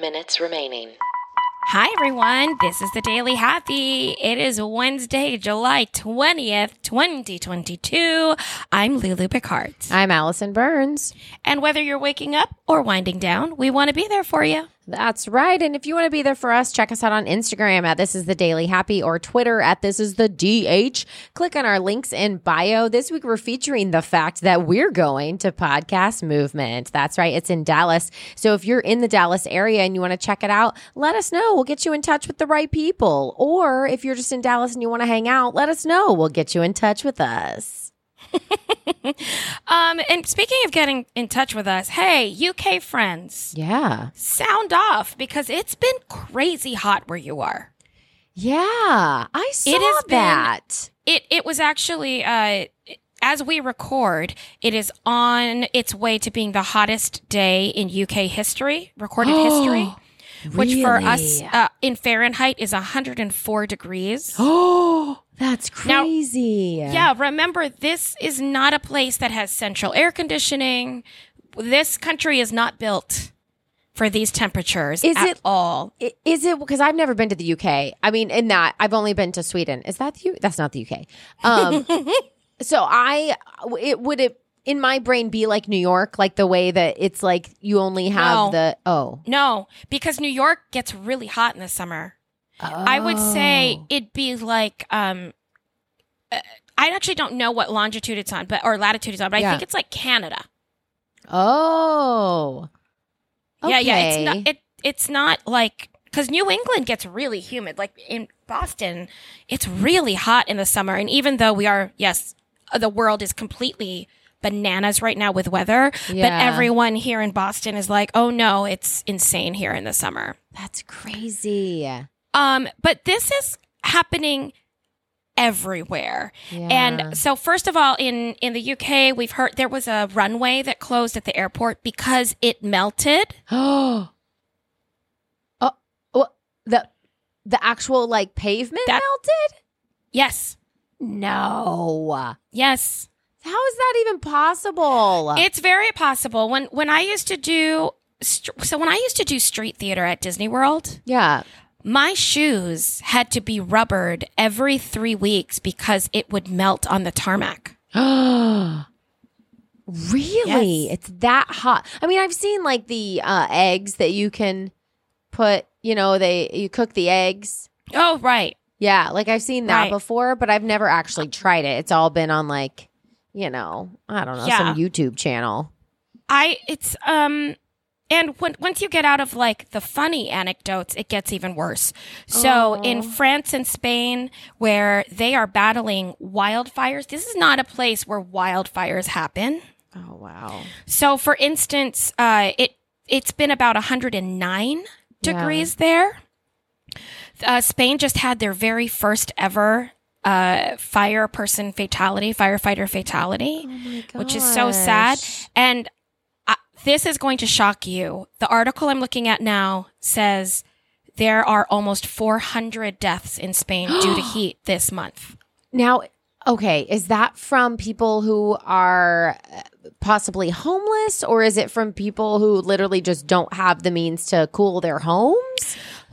minutes remaining. Hi, everyone. This is the Daily Happy. It is Wednesday, July 20th, 2022. I'm Lulu Picard. I'm Allison Burns. And whether you're waking up or winding down, we want to be there for you. That's right. And if you want to be there for us, check us out on Instagram at This Is The Daily Happy or Twitter at This Is The DH. Click on our links in bio. This week, we're featuring the fact that we're going to Podcast Movement. That's right. It's in Dallas. So if you're in the Dallas area and you want to check it out, let us know. We'll get you in touch with the right people. Or if you're just in Dallas and you want to hang out, let us know. We'll get you in touch with us. um, and speaking of getting in touch with us, hey, UK friends, Yeah. sound off because it's been crazy hot where you are. Yeah. I saw has been- that. It it was actually uh as we record, it is on its way to being the hottest day in UK history, recorded history, which for us Really? uh, in Fahrenheit is 104 degrees. Oh, that's Now- crazy. Yeah, remember this is not a place that has central air conditioning. This country is not built for these temperatures Is at it- all. I- Is it because I've never been to the UK? I mean, in that I've only been to Sweden. Is that the U? That's not the UK. Um, so I, it would it in my brain be like New York, like the way that it's like you only have No. the oh. No, because New York gets really hot in the summer. I would say Oh. it'd be like um uh, I actually don't know what longitude it's on, but or latitude it's on, but I Yeah. think it's like Canada. Oh. Yeah, yeah, it's Okay. not it it's not like cuz New England gets really humid. Like in Boston, it's really hot in the summer and even though we are yes, uh, the world is completely bananas right now with weather, Yeah. but everyone here in Boston is like, "Oh no, it's insane here in the summer." That's crazy. Yeah. Um, but this is happening everywhere. And so first of all in in the UK we've heard there was a runway that closed at the airport because it melted. oh, what the the actual like pavement That- melted? Yes. No. Yes. How is that even possible? It's very possible when when I used to do st- so when I used to do street theater at Disney World, yeah. my shoes had to be rubbered every 3 weeks because it would melt on the tarmac. really? Yes. It's that hot. I mean, I've seen like the uh, eggs that you can put, you know, they you cook the eggs. Oh, right. Yeah, like I've seen that Right. before, but I've never actually tried it. It's all been on like, you know, I don't know, some YouTube channel. I it's um and when, once you get out of like the funny anecdotes, it gets even worse. So Oh. in France and Spain, where they are battling wildfires, this is not a place where wildfires happen. Oh wow. So for instance, uh, it it's been about 109 Yeah. degrees there. Uh, Spain just had their very first ever uh, fire person fatality, firefighter fatality Oh my god. which is so sad. And I, this is going to shock you. The article I'm looking at now says there are almost 400 deaths in Spain due to heat this month. Now, okay, is that from people who are uh, possibly homeless or is it from people who literally just don't have the means to cool their homes?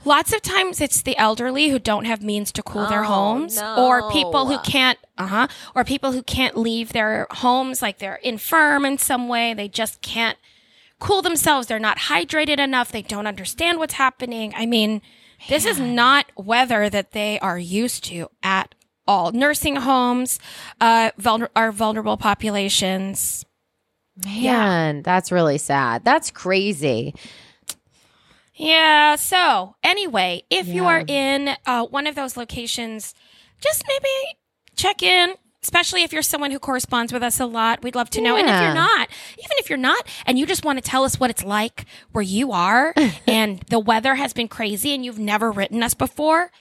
Lots of times it's the elderly who don't have means to cool their Oh, homes no. or people who can't uh-huh or people who can't leave their homes like they're infirm in some way, they just can't cool themselves, they're not hydrated enough, they don't understand what's happening. I mean, this is not weather that they are used to at all. Nursing homes, uh vulner- are vulnerable populations. Man, that's really sad. That's crazy. Yeah. So, anyway, if you Yeah. are in uh, one of those locations, just maybe check in, especially if you're someone who corresponds with us a lot. We'd love to know. And if Yeah. you're not, even if you're not, and you just want to tell us what it's like where you are and the weather has been crazy and you've never written us before,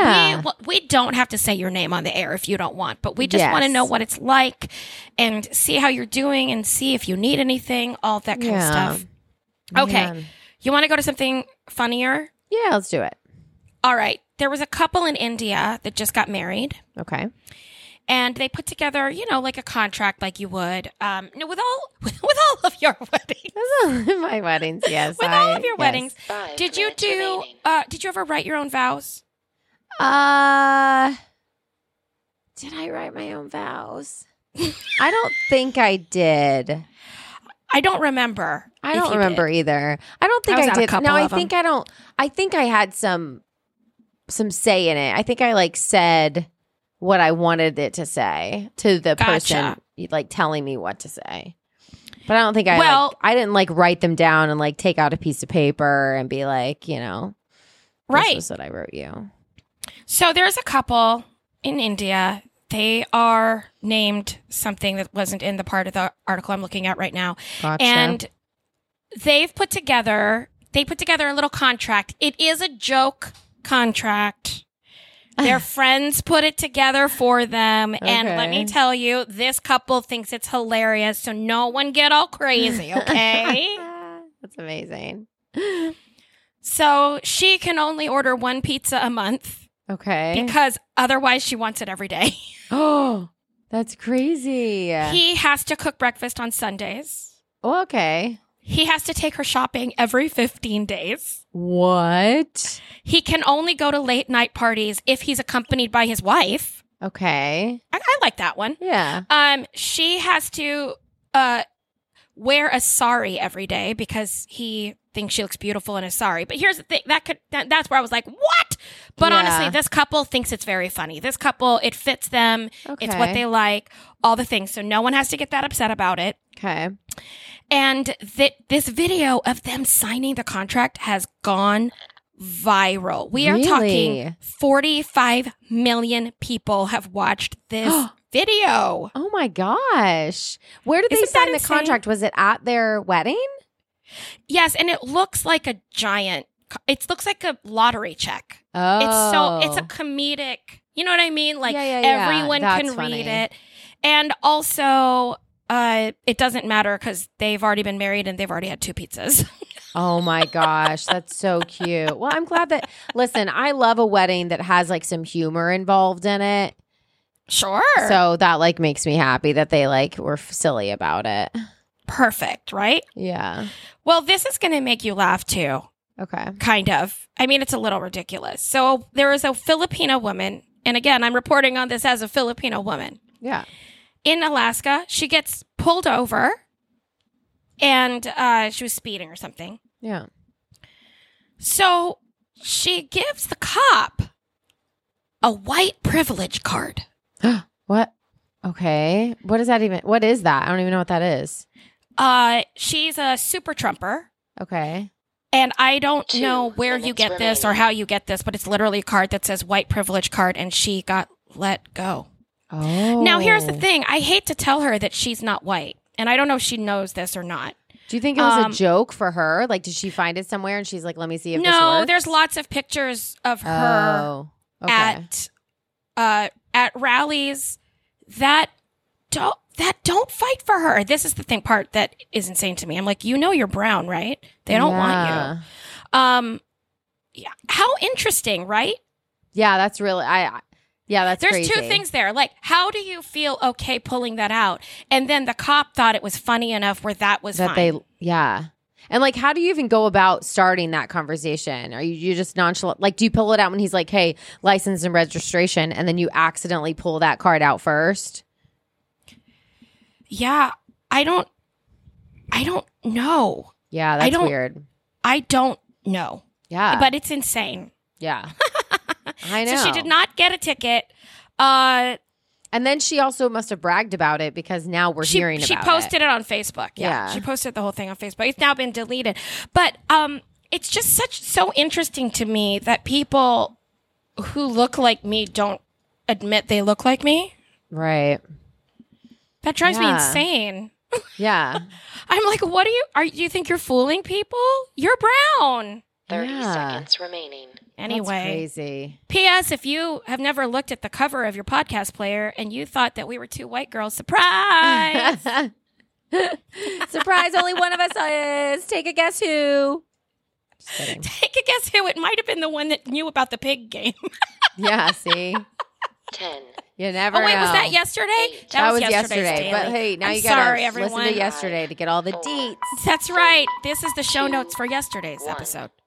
Yeah. we, we don't have to say your name on the air if you don't want, but we just want to Yes. know what it's like and see how you're doing and see if you need anything, all that kind Yeah. of stuff. Okay. Man. You want to go to something funnier? Yeah, let's do it. All right. There was a couple in India that just got married, Okay. and they put together, you know, like a contract, like you would, um, you know, with all with, all of your weddings, my weddings, yes. with all of I- your yes. weddings. Five Did you minutes do? remaining. Uh, did you ever write your own vows? Uh, did I write my own vows? I don't think I did. I don't remember. I if don't you did. remember either. I don't think I was I, at a did. couple No, I of 'em. think I don't. I think I had some some say in it. I think I like said what I wanted it to say to the Gotcha. person like telling me what to say. But I don't think I like- Well- I didn't like write them down and like take out a piece of paper and be like, you know, Right. This was what I wrote you. So there's a couple in India. They are named something that wasn't in the part of the article I'm looking at right now. Gotcha. and they've put together they put together a little contract it is a joke contract their friends put it together for them and let Okay. me tell you this couple thinks it's hilarious so no one get all crazy okay That's amazing. so she can only order one pizza a month Okay. because otherwise she wants it every day oh, that's crazy. he has to cook breakfast on sundays Oh, okay. he has to take her shopping every 15 days What? He can only go to late night parties if he's accompanied by his wife. Okay. I, I like that one. Yeah. Um, she has to uh wear a sari every day because he thinks she looks beautiful in a sari. But here's the thing that could that, that's where I was like, what? But Yeah. honestly, this couple thinks it's very funny. This couple, it fits them. Okay. It's what they like. All the things. So no one has to get that upset about it. Okay. And th- this video of them signing the contract has gone viral. We are Really? talking 45 million people have watched this video. Oh my gosh. Where did they Isn't that sign the insane? contract? Was it at their wedding? Yes, and it looks like a giant co- it looks like a lottery check. Oh. It's so it's a comedic. You know what I mean? Like Yeah, yeah, yeah. everyone That's can funny. read it. And also uh, it doesn't matter because they've already been married and they've already had two pizzas. Oh my gosh, that's so cute. Well, I'm glad that listen, I love a wedding that has like some humor involved in it. sure. So that like makes me happy that they like were f- silly about it. Perfect, right? Yeah. Well, this is going to make you laugh too, Okay. kind of. I mean, it's a little ridiculous. So there is a Filipino woman, and again, I'm reporting on this as a Filipino woman Yeah. in Alaska. She gets pulled over, and uh, she was speeding or something. Yeah. So she gives the cop a white privilege card. What? Okay. What is that even? What is that? I don't even know what that is. Uh, she's a super trumper. Okay. And I don't Two know where you minutes get this or remaining. how you get this, but it's literally a card that says white privilege card, and she got let go. Oh. Now, here's the thing I hate to tell her that she's not white, and I don't know if she knows this or not. Do you think it was Um, a joke for her? Like, did she find it somewhere and she's like, "Let me see if this No, works"? there's lots of pictures of her Oh. Okay. at uh, at rallies that don't that don't fight for her. This is the thing part that is insane to me. I'm like, you know, you're brown, right? They don't want you. you. Um, yeah. How interesting, right? Yeah, that's really. I. I- Yeah, that's. There's two crazy. things there. Like, how do you feel okay pulling that out? And then the cop thought it was funny enough where that was that fine. they. Yeah. And like, how do you even go about starting that conversation? Are you, you just nonchalant? Like, do you pull it out when he's like, "Hey, license and registration," and then you accidentally pull that card out first? yeah, I don't, I don't know. Yeah, that's don't- weird. I don't know, Yeah, but it's insane. yeah, I know. So she did not get a ticket. Uh, And then she also must have bragged about it because now we're she hearing she about it. posted it. on Facebook. Yeah, Yeah. she posted the whole thing on Facebook. It's now been deleted, but um, it's just such so interesting to me that people who look like me don't admit they look like me. Right. That drives me Yeah. insane. Yeah. I'm like, what do you are you think you're fooling people? You're brown. 30 Yeah. seconds remaining. That's Anyway, crazy. P.S. If you have never looked at the cover of your podcast player and you thought that we were two white girls, surprise! Surprise, only one of us is. Take a guess who. Just kidding. Take a guess who it might have been the one that knew about the pig game. Yeah, see? 10, You never. Oh wait, was know. that yesterday? That, That was yesterday's yesterday. But daily. hey, now I'm you gotta sorry, listen everyone. Oh. to yesterday to get all the deets. That's right. This is the show notes for yesterday's episode.